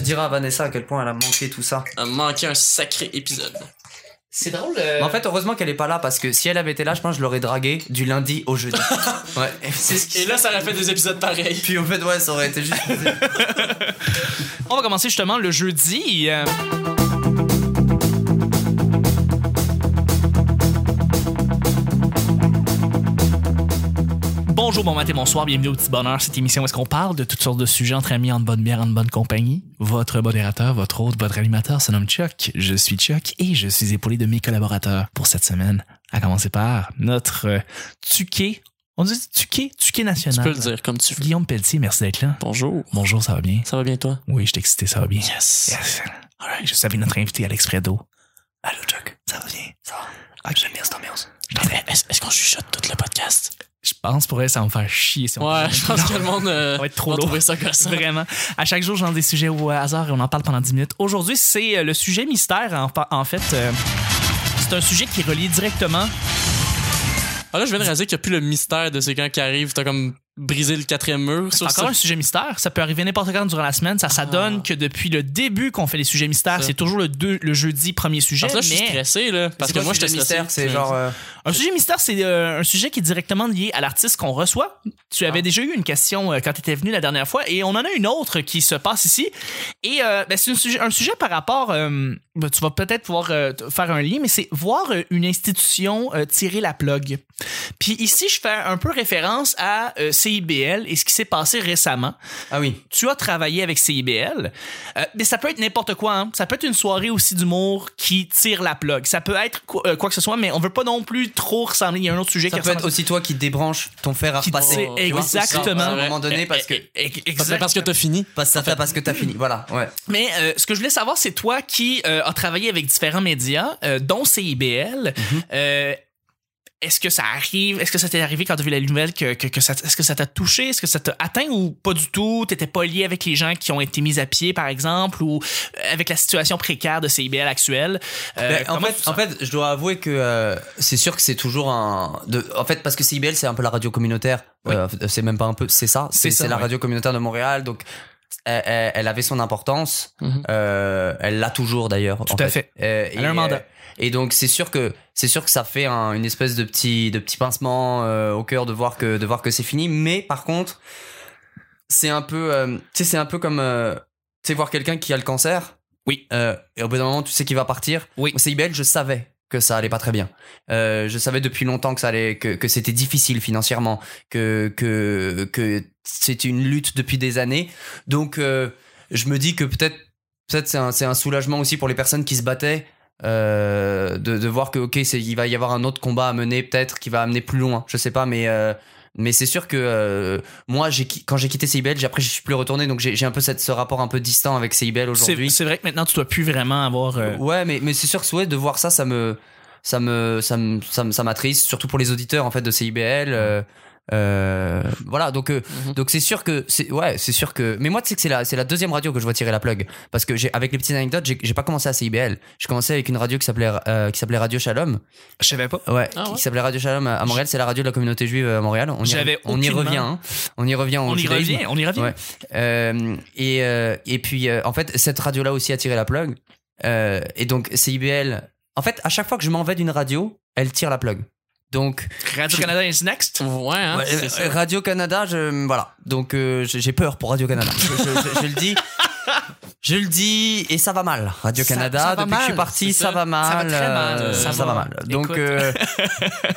diras à Vanessa à quel point elle a manqué tout ça. a manqué un sacré épisode. C'est drôle. euh, Mais en fait, heureusement qu'elle est pas là parce que si elle avait été là, je pense que je l'aurais draguée du lundi au jeudi. ouais. c'est ce Et qui- là, ça aurait fait deux épisodes pareils. Puis en fait, ouais, ça aurait été juste. On va commencer justement le jeudi. euh, Bonjour, bon matin, bonsoir, bienvenue au Petit Bonheur, cette émission où est-ce qu'on parle de toutes sortes de sujets entre amis, en bonne bière, en bonne compagnie. Votre modérateur, votre hôte, votre animateur se nomme Chuck. Je suis Chuck et je suis épaulé de mes collaborateurs pour cette semaine, à commencer par notre euh, tuqué, on dit tuqué, tuqué national. Tu peux le dire comme tu veux. Guillaume Pelletier, merci d'être là. Bonjour. Bonjour, ça va bien? Ça va bien, toi? Oui, je t'ai excité, ça va bien. Yes. Yes. All right. Je savais notre invité, Alex Fredo. Allô, Chuck. Ça va bien? Ça va. Ah, j'aime bien cette ambiance. Est-ce est-ce qu'on chuchote tout le podcast? Je pense pour elle, ça va me faire chier si on Ouais, je pense que le monde euh, Ça va être trop va lourd. trouver ça gossant. Vraiment. À chaque jour, j'en ai des sujets au hasard et on en parle pendant 10 minutes. Aujourd'hui, c'est euh, le sujet mystère. En, fa- en fait, euh, c'est un sujet qui est relié directement. Ah là, je viens de réaliser qu'il n'y a plus le mystère de ces gens qui arrivent, t'as comme brisé le quatrième mur. Sur Encore un sujet mystère. Ça peut arriver n'importe quand durant la semaine. Ça, ça donne que depuis le début qu'on fait les sujets mystères, Ah. Ça. c'est toujours le, deux- le jeudi premier sujet. Parce que là, je suis mais- stressé, là. Parce que moi, je te mystère, c'est genre. euh, Un sujet mystère, c'est euh, un sujet qui est directement lié à l'artiste qu'on reçoit. Tu Ah. avais déjà eu une question euh, quand tu étais venu la dernière fois et on en a une autre qui se passe ici. Et euh, ben, c'est un sujet, un sujet par rapport, euh, ben, tu vas peut-être pouvoir euh, t- faire un lien, mais c'est voir euh, une institution euh, tirer la plug. Puis ici, je fais un peu référence à euh, CIBL et ce qui s'est passé récemment Ah oui. tu as travaillé avec CIBL, euh, mais ça peut être n'importe quoi. hein. Ça peut être une soirée aussi d'humour qui tire la plug. Ça peut être quoi, euh, quoi que ce soit, mais on veut pas non plus trop ressembler. Il y a un autre sujet Ça qui peut être ressemble- aussi toi qui débranches ton fer à Qui repasser. tire- tu vois, exactement. À un moment donné, parce que. Eh, eh, Parce que, exact. parce que t'as fini. Parce que, t'as- parce que t'as fini. Voilà, ouais. Mais euh, ce que je voulais savoir, c'est toi qui euh, as travaillé avec différents médias, euh, dont CIBL. Mhm. Euh, est-ce que ça arrive? Est-ce que ça t'est arrivé quand t'as vu la nouvelle? Que, que, que ça, est-ce que ça t'a touché? Est-ce que ça t'a atteint ou pas du tout? T'étais pas lié avec les gens qui ont été mis à pied, par exemple, ou euh, avec la situation précaire de CIBL actuelle? Euh, Ben, en, comment fait, tu te en fait, je dois avouer que euh, c'est sûr que c'est toujours un. De, en fait, parce que CIBL, c'est un peu la radio communautaire. Oui. Euh, c'est même pas un peu, c'est ça. C'est C'est ça, c'est la ouais. radio communautaire de Montréal. Donc, elle, elle- elle avait son importance. Mhm. Euh, elle l'a toujours d'ailleurs. Mm-hmm. Tout en à Euh, Elle a un mandat. et donc, c'est sûr que c'est sûr que ça fait un- une espèce de petit de petit pincement euh, au cœur de voir que de voir que c'est fini. Mais par contre, c'est un peu euh, tu sais c'est un peu comme euh, tu sais voir quelqu'un qui a le cancer. Oui. Euh, et au bout d'un moment, tu sais qu'il va partir. Oui. Au CIBL, je savais que ça allait pas très bien. Euh, je savais depuis longtemps que ça allait que, que c'était difficile financièrement, que que que c'était une lutte depuis des années. Donc euh, je me dis que peut-être peut-être c'est un c'est un soulagement aussi pour les personnes qui se battaient euh, de de voir que ok c'est il va y avoir un autre combat à mener peut-être qui va amener plus loin. Je sais pas mais euh, mais c'est sûr que euh, moi, j'ai qui- quand j'ai quitté CIBL, j'ai- après je suis plus retourné, donc j'ai j'ai un peu cette, ce rapport un peu distant avec CIBL c'est, aujourd'hui. c'est vrai que maintenant, tu dois plus vraiment avoir. euh, Ouais, mais, mais c'est sûr que souhait de voir ça, ça me, ça me, ça me, ça me- ça m'attriste, surtout pour les auditeurs en fait de CIBL. euh, euh, voilà, donc euh, Mhm. donc c'est sûr que c'est ouais, c'est sûr que. Mais moi, tu sais que c'est la c'est la deuxième radio que je vois tirer la plug parce que j'ai avec les petites anecdotes, j'ai j'ai pas commencé à CIBL. J'ai commencé avec une radio qui s'appelait euh, qui s'appelait Radio Shalom. Je savais pas. Ouais, Ah ouais. qui s'appelait Radio Shalom à à Montréal. C'est la radio de la communauté juive euh, à Montréal. On y, J'avais on y aucunement- revient. hein. On y revient. au On y judaïsme. revient, on y revient. Ouais. Euh, et, euh, et puis, euh, en fait, cette radio-là aussi a tiré la plug. Euh, et donc, CIBL. En fait, à chaque fois que je m'en vais d'une radio, elle tire la plug. Donc, Radio-Canada is next. Ouais, hein, c'est ça. euh, Radio Canada, je voilà. Donc, euh, j'ai j'ai peur pour Radio Canada. je, je- je- je le dis. Je le dis et ça va mal. Radio Ça- Canada, ça va depuis mal, que je suis parti, c'est ça, ça. va mal. Ça va très mal. euh, Ça ça, va. va mal. Donc, Écoute. euh,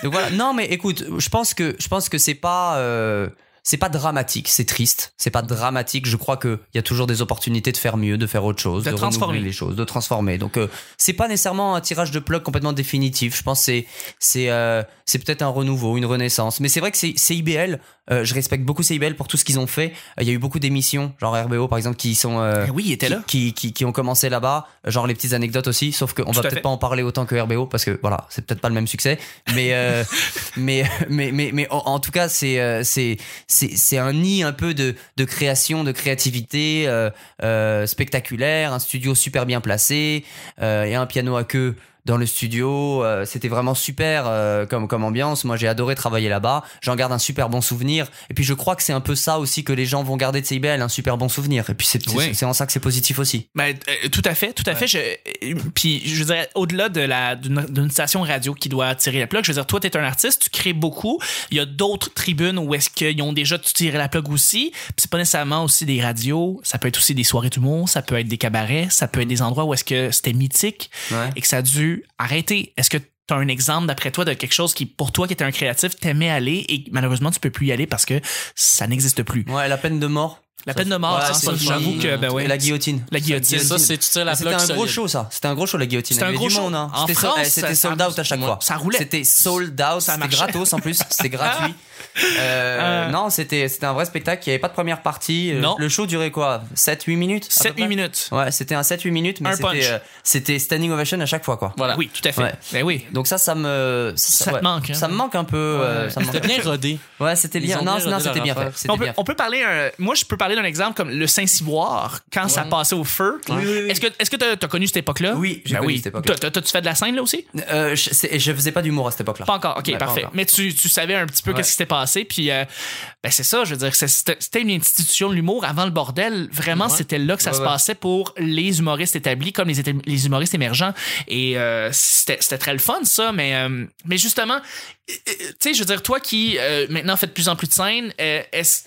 donc voilà. Non, mais écoute, je pense que je pense que c'est pas euh, c'est pas dramatique, c'est triste. C'est pas dramatique. Je crois que il y a toujours des opportunités de faire mieux, de faire autre chose, De de, transformer. renouveler les choses, de transformer. Donc euh, c'est pas nécessairement un tirage de plug complètement définitif. Je pense que c'est c'est euh, c'est peut-être un renouveau, une renaissance. Mais c'est vrai que c'est CIBL. euh, je respecte beaucoup CIBL pour tout ce qu'ils ont fait. Euh, Il y a eu beaucoup d'émissions, genre RBO par exemple, qui sont euh, Eh Oui, il était là. qui, qui, qui ont commencé là-bas, Euh, genre les petites anecdotes aussi, sauf qu'on Tout à va fait. peut-être pas en parler autant que RBO parce que voilà, c'est peut-être pas le même succès, mais euh, mais, mais mais mais en, en tout cas c'est euh, c'est c'est c'est un nid un peu de de création, de créativité euh, euh, spectaculaire, un studio super bien placé euh, et un piano à queue dans le studio. Euh, C'était vraiment super euh, comme, comme ambiance. Moi, j'ai adoré travailler là-bas. J'en garde un super bon souvenir. Et puis, je crois que c'est un peu ça aussi que les gens vont garder de CIBL, un super bon souvenir. Et puis, c'est Ouais. c'est- c'est en ça que c'est positif aussi. Ben, euh, tout à fait, tout à fait. Je, euh, puis, je veux dire, au-delà de la d'une d'une station radio qui doit tirer la plug, je veux dire, toi, t'es un artiste, tu crées beaucoup. Il y a d'autres tribunes où est-ce qu'ils ont déjà tiré la plug aussi. Puis c'est pas nécessairement aussi des radios, ça peut être aussi des soirées d'humour, ça peut être des cabarets, ça peut être des endroits où est-ce que c'était mythique Ouais. et que ça a dû arrêter. Est-ce que t'as un exemple d'après toi de quelque chose qui, pour toi, qui était un créatif, t'aimais aller et que, malheureusement, tu peux plus y aller parce que ça n'existe plus. Ouais, la peine de mort. La peine de mort, Ouais, ça, c'est ça, une j'avoue bonne- que, ben ouais. Et la guillotine. La guillotine. C'est ça, c'est tu tires la C'était plaque un gros solide. show, ça. C'était un gros show, la guillotine. C'était un Il y avait gros du show. monde, hein. En C'était sol- France, eh, c'était ça- sold out à chaque fois. ça roulait. C'était sold out. Ça C'était marchait. gratos en plus. C'était gratuit. Euh, Euh. Non, c'était c'était un vrai spectacle. Il n'y avait pas de première partie. Euh, Non. Le show durait quoi 7-8 minutes Ah, à peu 7-8 près minutes. Ouais, c'était un 7-8 minutes, mais Un punch. c'était, euh, c'était standing ovation à chaque fois, quoi. Voilà. Oui, tout à fait. Ouais. Ben oui. Donc ça, ça me... Ça te ouais. manque, hein. Ça me manque un peu. euh, ça me C'était manque. bien rodé. Ouais, c'était Ils bien. ont Non, bien non, rodé c'était leur bien fait. affaire. C'était On peut, bien on peut parler, un- moi je peux parler d'un exemple comme le Saint-Ciboire, quand ça Ouais. passait au feu. Oui, oui, oui. Est-ce que est-ce que t'as as connu cette époque-là? Oui, j'ai Ben connu oui. cette époque-là. T'as- t'as- T'as-tu fait de la scène là aussi? fait. Euh, je, c'est- je faisais pas d'humour à cette époque-là. Pas encore, ok, Ouais, Ben, pas parfait. encore. Mais tu, tu savais un petit peu Ouais. qu'est-ce qui s'était passé, puis euh, ben c'est ça, je veux dire, c'est- c'était c'était une institution de l'humour avant le bordel. Vraiment, c'était là que ça Ouais, se ouais. passait pour les humoristes établis comme les, éta- les humoristes émergents. Et euh, c'était c'était très le fun, ça, mais, euh, mais justement, euh, euh, tu sais, je veux dire, toi qui euh, maintenant fais de plus en plus de scènes, euh, est-ce.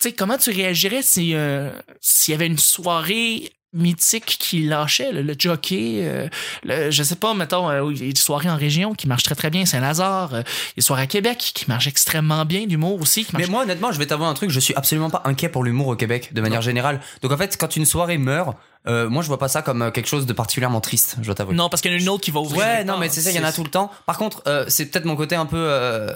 Tu sais, comment tu réagirais si euh, s'il y avait une soirée mythique qui lâchait le, le jockey euh, le- je sais pas mettons euh, il y a des soirées en région qui marchent très très bien Saint-Lazare euh, il y a des soirées à Québec qui marchent extrêmement bien l'humour aussi qui Mais marche- moi, honnêtement, je vais t'avouer un truc, je suis absolument pas inquiet pour l'humour au Québec, de manière générale. Donc en fait, quand une soirée meurt, euh, moi je vois pas ça comme euh, quelque chose de particulièrement triste, je dois t'avouer. non parce qu'il y en a une autre qui va ouvrir Ouais, non, mais c'est ça, il y en a tout le temps. Par contre, euh, c'est peut-être mon côté un peu. euh,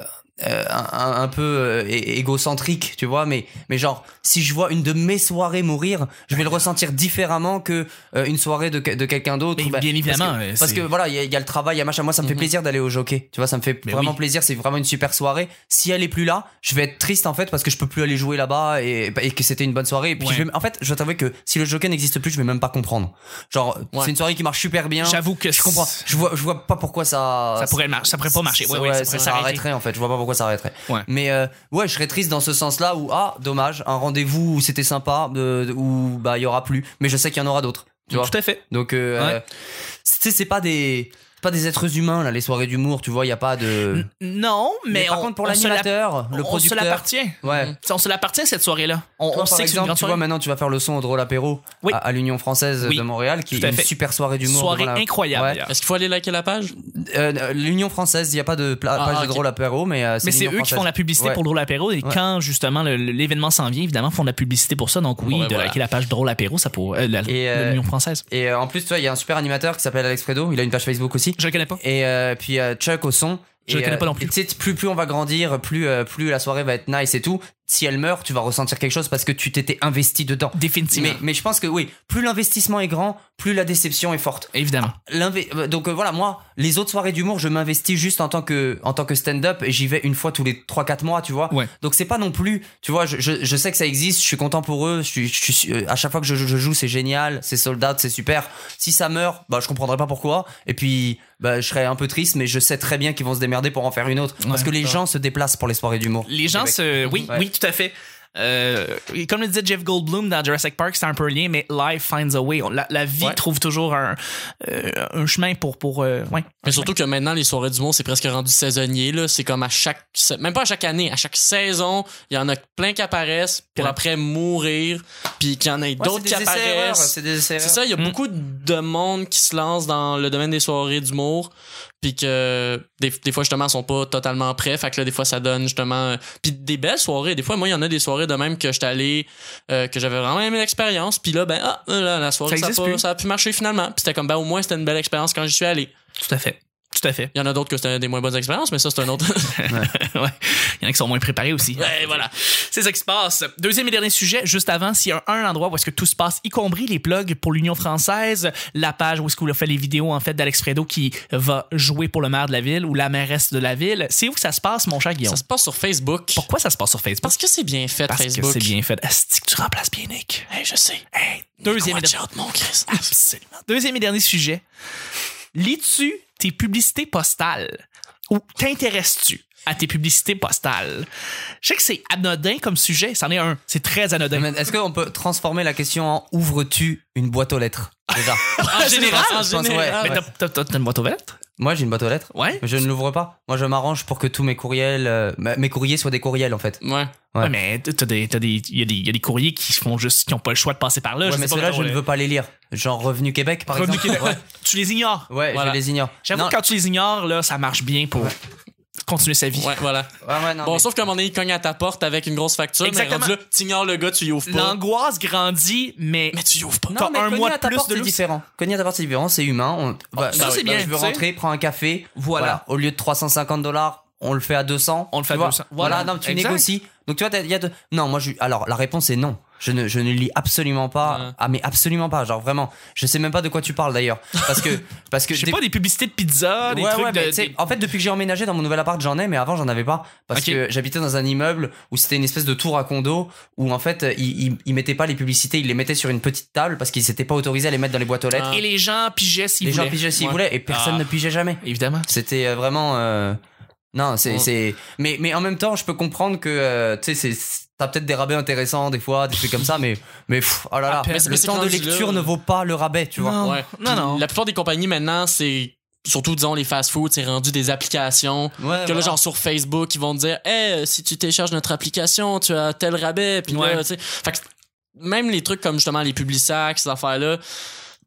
euh, un, un peu euh, é- égocentrique, tu vois, mais mais genre si je vois une de mes soirées mourir, je vais le ressentir différemment que euh, une soirée de, que- de quelqu'un d'autre. Mais bien évidemment, parce que, euh, parce c'est- Mhm. que voilà, il y, a- il y a le travail, il y a machin. Moi, ça me fait plaisir d'aller au jockey, tu vois, ça me fait Mais vraiment oui. plaisir. C'est vraiment une super soirée. Si elle est plus là, je vais être triste en fait parce que je peux plus aller jouer là-bas et, et que c'était une bonne soirée. Et puis Ouais. je vais- en fait, je dois t'avouer que si le jockey n'existe plus, je vais même pas comprendre. Genre, Ouais. c'est une soirée qui marche super bien. j'avoue que Je comprends. Ah, Je vois, je vois pas pourquoi ça. Ça pourrait marcher- ça pourrait pas marcher. Ouais, ouais, ça pourrait s'arrêter. arrêterait en fait. Je vois pas pourquoi ça arrêterait. Ouais. Mais euh, ouais, je serais triste dans ce sens-là où ah dommage, un rendez-vous où c'était sympa, de- où bah il y aura plus. Mais je sais qu'il y en aura d'autres. Tu vois. tout à fait Donc euh, Ouais. euh, tu sais, c'est pas des c'est pas des êtres humains là les soirées d'humour. Tu vois, il y a pas de. non mais, par on, contre pour on se la- Mmh. l'animateur, le on se producteur. l'appartient Ouais. Tu sais, on se l'appartient cette soirée-là on, Toi, on par sait que c'est une exemple, grande tu vois, soirée maintenant, tu vas faire le son au drôle apéro Oui. à, à l'Union française Oui. de Montréal, qui Tout à est une fait. super soirée d'humour. soirée devant la- incroyable Ouais. d'ailleurs. Est-ce qu'il faut aller liker la page Euh, euh, L'Union française, il n'y a pas de pla- Ah, page de ok. drôle apéro, mais euh, Mais c'est l'Union eux qui française. font la publicité Ouais. pour Drôle Apéro Ouais. et quand justement le- le- l'événement s'en vient, évidemment, font de la publicité pour ça. Donc oui, Bon, ben de voilà. liker la page Drôle Apéro, ça pour euh, la- Et, euh, l'Union française. Et euh, en plus, tu vois, il y a un super animateur qui s'appelle Alex Fredo, il a une page Facebook aussi. Je le connais pas. Et euh, puis euh, Chuck au son. Je Et, le connais pas euh, non plus. et tu sais, plus, plus on va grandir, plus, euh, plus la soirée va être nice et tout. Si elle meurt, tu vas ressentir quelque chose parce que tu t'étais investi dedans. Définitivement. Mais, mais je pense que oui, plus l'investissement est grand, plus la déception est forte. Évidemment. L'inve- euh, Donc euh, voilà, moi, les autres soirées d'humour, je m'investis juste en tant que, en tant que stand-up et j'y vais une fois tous les 3-4 mois, tu vois. Ouais. Donc c'est pas non plus, tu vois, je, je, je sais que ça existe, je suis content pour eux, je, suis- je suis- euh, à chaque fois que je, je joue, c'est génial, c'est sold out, c'est super. Si ça meurt, bah je comprendrai pas pourquoi. Et puis, bah, je serais un peu triste, mais je sais très bien qu'ils vont se démerder pour en faire une autre. parce que les gens se déplacent pour les soirées d'humour. Les au gens Québec. se. Oui, Ouais. oui, tout à fait. Euh, et comme le disait Jeff Goldblum dans Jurassic Park, c'est un peu un lien, mais life finds a way. On- La, la vie Ouais. trouve toujours un, euh, un chemin pour. pour euh, ouais. Mais surtout que maintenant, les soirées du monde, c'est presque rendu saisonnier. là. C'est comme à chaque. sa- Même pas à chaque année, à chaque saison, il y en a plein qui apparaissent pour Ouais. après mourir, puis qu'il y en ait Ouais, d'autres c'est des qui essais-erreurs, apparaissent. C'est des essais-erreurs. C'est ça, il y a Mm. beaucoup de monde qui se lance dans le domaine des soirées d'humour, puis que des, des fois justement ils sont pas totalement prêts, fait que là des fois ça donne justement euh, puis des belles soirées, des fois moi il y en a des soirées de même que j'étais allé euh, que j'avais vraiment aimé l'expérience, puis là ben ah là, la soirée Ça ça, a existe pas- plus. ça a pu marcher finalement, puis c'était comme ben au moins c'était une belle expérience quand j'y suis allé. Tout à fait. Tout à fait. Il y en a d'autres que c'était des moins bonnes expériences, mais ça c'est un autre. ouais. Il y en a qui sont moins préparés aussi. Ouais, voilà. C'est ça qui se passe. Deuxième et dernier sujet, juste avant, s'il y a un endroit où est-ce que tout se passe, y compris les plugs pour l'Union française, la page où est-ce qu'on a fait les vidéos, en fait, d'Alex Fredo qui va jouer pour le maire de la ville ou la mairesse de la ville, c'est où que ça se passe, mon cher Guillaume? ça se passe sur Facebook. Pourquoi ça se passe sur Facebook? Parce que c'est bien fait Parce Facebook. que c'est bien fait. Asti que tu remplaces bien Nick. Hey, je sais. Hey, deuxième, et Watch der- out, mon Christ. Absolument. deuxième et dernier sujet. Lis-tu tes publicités postales? Ou t'intéresses-tu à tes publicités postales? Je sais que c'est anodin comme sujet, c'en est un. C'est très anodin. Mais Est-ce qu'on peut transformer la question en ouvres-tu une boîte aux lettres Déjà. En général, Je en pense, ouais. général. Mais ah, ouais. t'as- t'as- t'as t'as une boîte aux lettres? Moi, j'ai une boîte aux lettres. Ouais. Je ne l'ouvre pas. Moi, je m'arrange pour que tous mes courriels, euh, ma- mes courriers soient des courriels en fait. Ouais. Ouais. Ouais, mais t'as des, t'as des, il y, a des- y a des courriers qui se font juste, qui ont pas le choix de passer par là. Ouais, sais mais pas, ceux-là, mettons, je ne euh, veux pas les lire. Genre Revenu Québec, par Revenu exemple. Québec. Tu les ignores. Ouais, ouais Voilà. je les ignore. J'avoue Non, que quand tu les ignores, là, ça marche bien pour continuer sa vie. Ouais, voilà. ouais, ouais, non, Bon, mais- sauf qu'à un moment donné, il cogne à ta porte avec une grosse facture. Exactement. Mais rendu là, t'ignores le gars, tu y ouvres pas. L'angoisse grandit, mais. Mais tu y ouvres pas. t'as Non, mais un cogner mois à de ta plus porte, de c'est lousse. différent. Cogner à ta porte, c'est différent, c'est humain. On... bah, ça, bah, c'est bah, bien, Je tu veux sais. rentrer, prends un café. Voilà. Au lieu de 350 dollars, on le fait à 200. On le fait tu à vois. 200. Voilà, Voilà. non, tu Exact. négocies. Donc tu vois, t'as- il y a de... Non, moi, je... alors la réponse est non. Je ne, je ne lis absolument pas. Ouais. Ah, mais absolument pas. Genre vraiment, je sais même pas de quoi tu parles d'ailleurs. Parce que. Parce que Je sais des- pas, des publicités de pizza, Ah, des Ouais, trucs ouais, mais de. tu sais, des- En fait, depuis que j'ai emménagé dans mon nouvel appart, j'en ai, mais avant, j'en avais pas. Parce Ok. que j'habitais dans un immeuble où c'était une espèce de tour à condo où, en fait, euh, ils, ils, ils mettaient pas les publicités, ils les mettaient sur une petite table parce qu'ils s'étaient pas autorisés à les mettre dans les boîtes aux lettres. Ah. Et les gens pigeaient s'ils les voulaient. gens pigeaient s'ils Ouais. voulaient et personne Ah. ne pigeait jamais. Évidemment. C'était euh, vraiment. euh, Non, c'est. Ouais. c'est- Mais, mais en même temps, je peux comprendre que, euh, tu sais, c'est- T'as peut-être des rabais intéressants des fois, des trucs comme ça, mais mais pff, oh là là, Mais c'est- le mais c'est temps de rendu là, lecture là. ne vaut pas le rabais, tu vois. Non, Ouais. non, Puis non. La plupart des compagnies maintenant, c'est surtout, disons, les fast-food, c'est rendu des applications. Ouais, Que là, voilà. genre sur Facebook, ils vont te dire, hey, euh, si tu télécharges notre application, tu as tel rabais. Puis Ouais. là, tu sais. Fait que même les trucs comme justement les Publisac, ces affaires-là,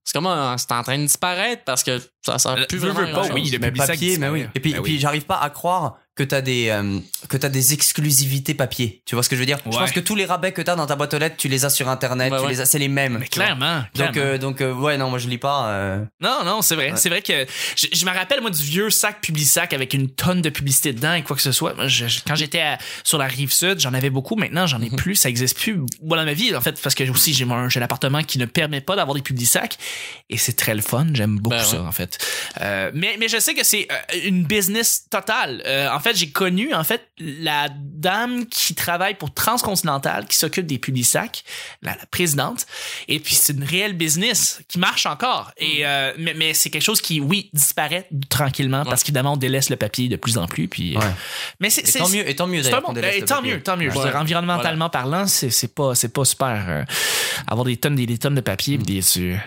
c'est comme euh, c'est en train de disparaître parce que ça sert plus veux, vraiment. veux à pas, grand-chose. Oh oui, le mais public sac papier, mais disparaît. oui. Et puis, Ben et puis oui. j'arrive pas à croire que t'as des euh, que t'as des exclusivités papier. Tu vois ce que je veux dire Je Ouais. Bah pense que tous les rabais que t'as dans ta boîte aux lettres, tu les as sur internet, Ouais, tu ouais. les as, c'est les mêmes. Mais tu vois. clairement. Donc clairement. euh, donc euh, ouais non, moi je lis pas. euh, Non, non, c'est vrai. C'est vrai que je, je me rappelle, moi, du vieux sac Publisac avec une tonne de publicité dedans et quoi que ce soit. Moi, je- je- quand j'étais à- sur la rive sud, j'en avais beaucoup. Maintenant, j'en ai Mhm. plus. Ça existe plus. Voilà ma vie, en fait, parce que aussi, j'ai mon- j'ai un appartement qui ne permet pas d'avoir des Publisac. Et c'est très le fun. J'aime beaucoup Ben ouais. ça, en fait. Euh, mais, mais je sais que c'est euh, une business totale. Euh, en fait, j'ai connu, en fait, la dame qui travaille pour Transcontinental, qui s'occupe des Publisac, la, la présidente. Et puis c'est une réelle business qui marche encore. Mm. Et euh, mais, mais c'est quelque chose qui oui disparaît tranquillement parce qu'évidemment on délaisse le papier de plus en plus. Puis euh, Ouais. mais c'est Et c'est- tant mieux et tant mieux. C'est un d'ailleurs bon. qu'on délaisse eh, le tant papier. mieux, tant mieux. Je veux Ouais. dire, environnementalement parlant, c'est c'est pas c'est pas super euh, avoir des tonnes des, des tonnes de papier Mm. puis des tu-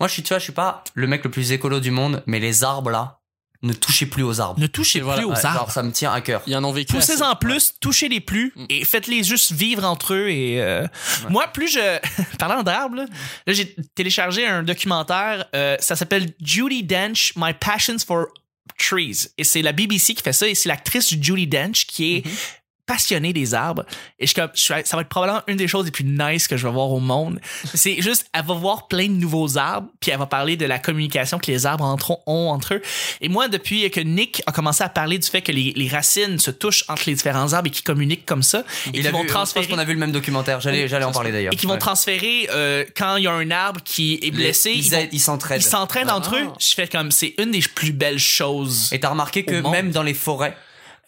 Moi je suis tu vois, je suis pas le mec le plus écolo du monde, mais les arbres là, ne touchez plus aux arbres. Ne touchez Et voilà, plus Ouais, aux genre, arbres. ça me tient à cœur. Ils en ont vécu. assez. Poussez-en plus, touchez-les plus Mm. et faites-les juste vivre entre eux. Et euh, moi, plus je. Parlant d'arbres, là, là, j'ai téléchargé un documentaire. euh, ça s'appelle Judy Dench, My Passions for Trees. Et c'est la BBC qui fait ça. Et c'est l'actrice Judy Dench qui Mhm. est passionnée des arbres. Et je, suis comme- je suis- ça va être probablement une des choses les plus nice que je vais voir au monde. C'est juste, elle va voir plein de nouveaux arbres, puis elle va parler de la communication que les arbres entre- ont entre eux. Et moi, depuis que Nick a commencé à parler du fait que les, les racines se touchent entre les différents arbres et qu'ils communiquent comme ça, et Il qu'ils a vont vu- euh, transférer Je pense qu'on a vu le même documentaire. J'allais j'allais en ça, parler d'ailleurs. et qui vont Ouais. transférer euh, quand il y a un arbre qui est Les- blessé, ils Ils vont- aident- ils s'entraident. ils s'entraident entre Ah. eux. Je fais comme c'est une des plus belles choses. Et t'as remarqué que Au monde. même dans les forêts,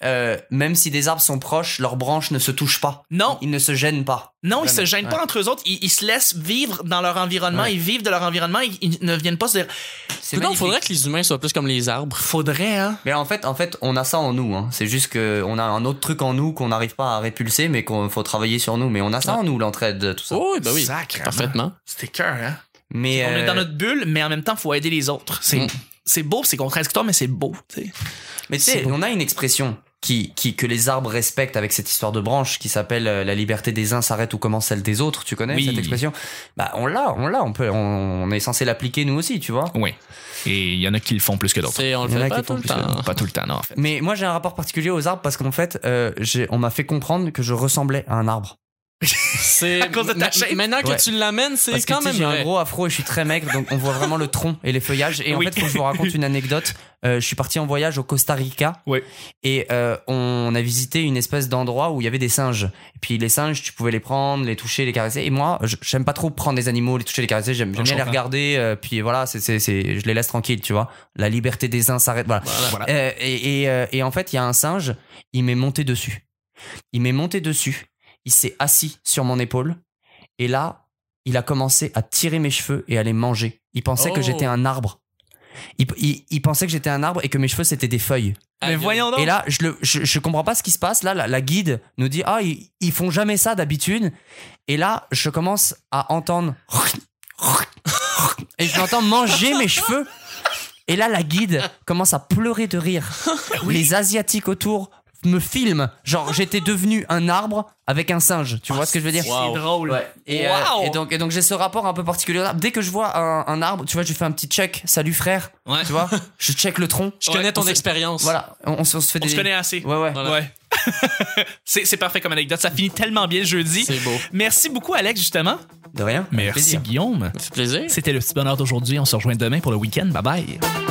euh, même si des arbres sont proches, leurs branches ne se touchent pas. Non. Ils ne se gênent pas. Non, ils Vraiment. se gênent pas entre eux autres, ils, ils se laissent vivre dans leur environnement, Ouais. ils vivent de leur environnement, ils, ils ne viennent pas se dire C'est Non, magnifique. faudrait que les humains soient plus comme les arbres. faudrait hein. Mais en fait, en fait, on a ça en nous. hein. C'est juste que on a un autre truc en nous qu'on n'arrive pas à répulser, mais qu'on faut travailler sur nous. Mais on a ça Ouais. en nous, l'entraide, tout ça. Oh, Ben oui, bah oui. Sacrément. Parfaitement. C'était cœur hein. Mais On est dans euh, notre bulle, mais en même temps, faut aider les autres. C'est Mm. c'est beau, c'est contradictoire, mais c'est beau. tu sais. Mais tu C'est sais, beau. on a une expression qui, qui, que les arbres respectent avec cette histoire de branche qui s'appelle euh, la liberté des uns s'arrête ou commence celle des autres. Tu connais Oui. cette expression Bah, on l'a, on l'a, on peut, on, on est censé l'appliquer nous aussi, tu vois. Oui. Et il y en a qui le font plus que C'est, on le Il y en a fait qui font pas tout le plus que temps. Pas tout le temps, non, en fait. Mais moi, j'ai un rapport particulier aux arbres parce qu'en fait, euh, j'ai- on m'a fait comprendre que je ressemblais à un arbre. C'est À cause de ta Ma- shape. Maintenant que Ouais. tu l'amènes, c'est Parce que, quand tu sais, même j'ai vrai. un gros afro et je suis très maigre, donc on voit vraiment le tronc et les feuillages. Et Oui. en fait, faut que je vous raconte une anecdote. Euh, je suis parti en voyage au Costa Rica. Oui. Et euh, on a visité une espèce d'endroit où il y avait des singes. Et puis les singes, tu pouvais les prendre, les toucher, les caresser. Et moi, je- j'aime pas trop prendre des animaux, les toucher, les caresser. J'aime j'aime je bien les comprends. regarder. euh, puis voilà, c'est c'est c'est je les laisse tranquilles, tu vois. La liberté des uns s'arrête. Voilà. Voilà. Euh, et, et, euh, et en fait, il y a un singe, il m'est monté dessus. Il m'est monté dessus, il s'est assis sur mon épaule, et là, il a commencé à tirer mes cheveux et à les manger. Il pensait Oh. que j'étais un arbre. Il, il- il pensait que j'étais un arbre et que mes cheveux c'était des feuilles. Mais voyons donc. Ah, Et là, je, le, je, je comprends pas ce qui se passe. Là, la, la guide nous dit Ah, ils, ils font jamais ça d'habitude. Et là, je commence à entendre. Et je l'entends manger mes cheveux. Et là, la guide commence à pleurer de rire. Les Asiatiques autour me filment. Genre, j'étais devenu un arbre avec un singe. Tu vois ce que je veux dire c'est Wow. drôle. Ouais. Et, euh, Wow. et donc, et donc j'ai ce rapport un peu particulier. Dès que je vois un, un arbre, tu vois, je fais un petit check. Salut frère. Ouais. Tu vois, je check le tronc. Je Ouais, connais on ton se- expérience. Voilà, on, on se on se fait On des. se connaît assez. Ouais, ouais. Voilà. Ouais. c'est c'est parfait comme anecdote. Ça finit tellement bien le jeudi. C'est beau. Merci beaucoup, Alex, justement. De rien. Plaisir. Guillaume. Ça fait plaisir. C'était le petit bonheur d'aujourd'hui. On se rejoint demain pour le week-end. Bye bye.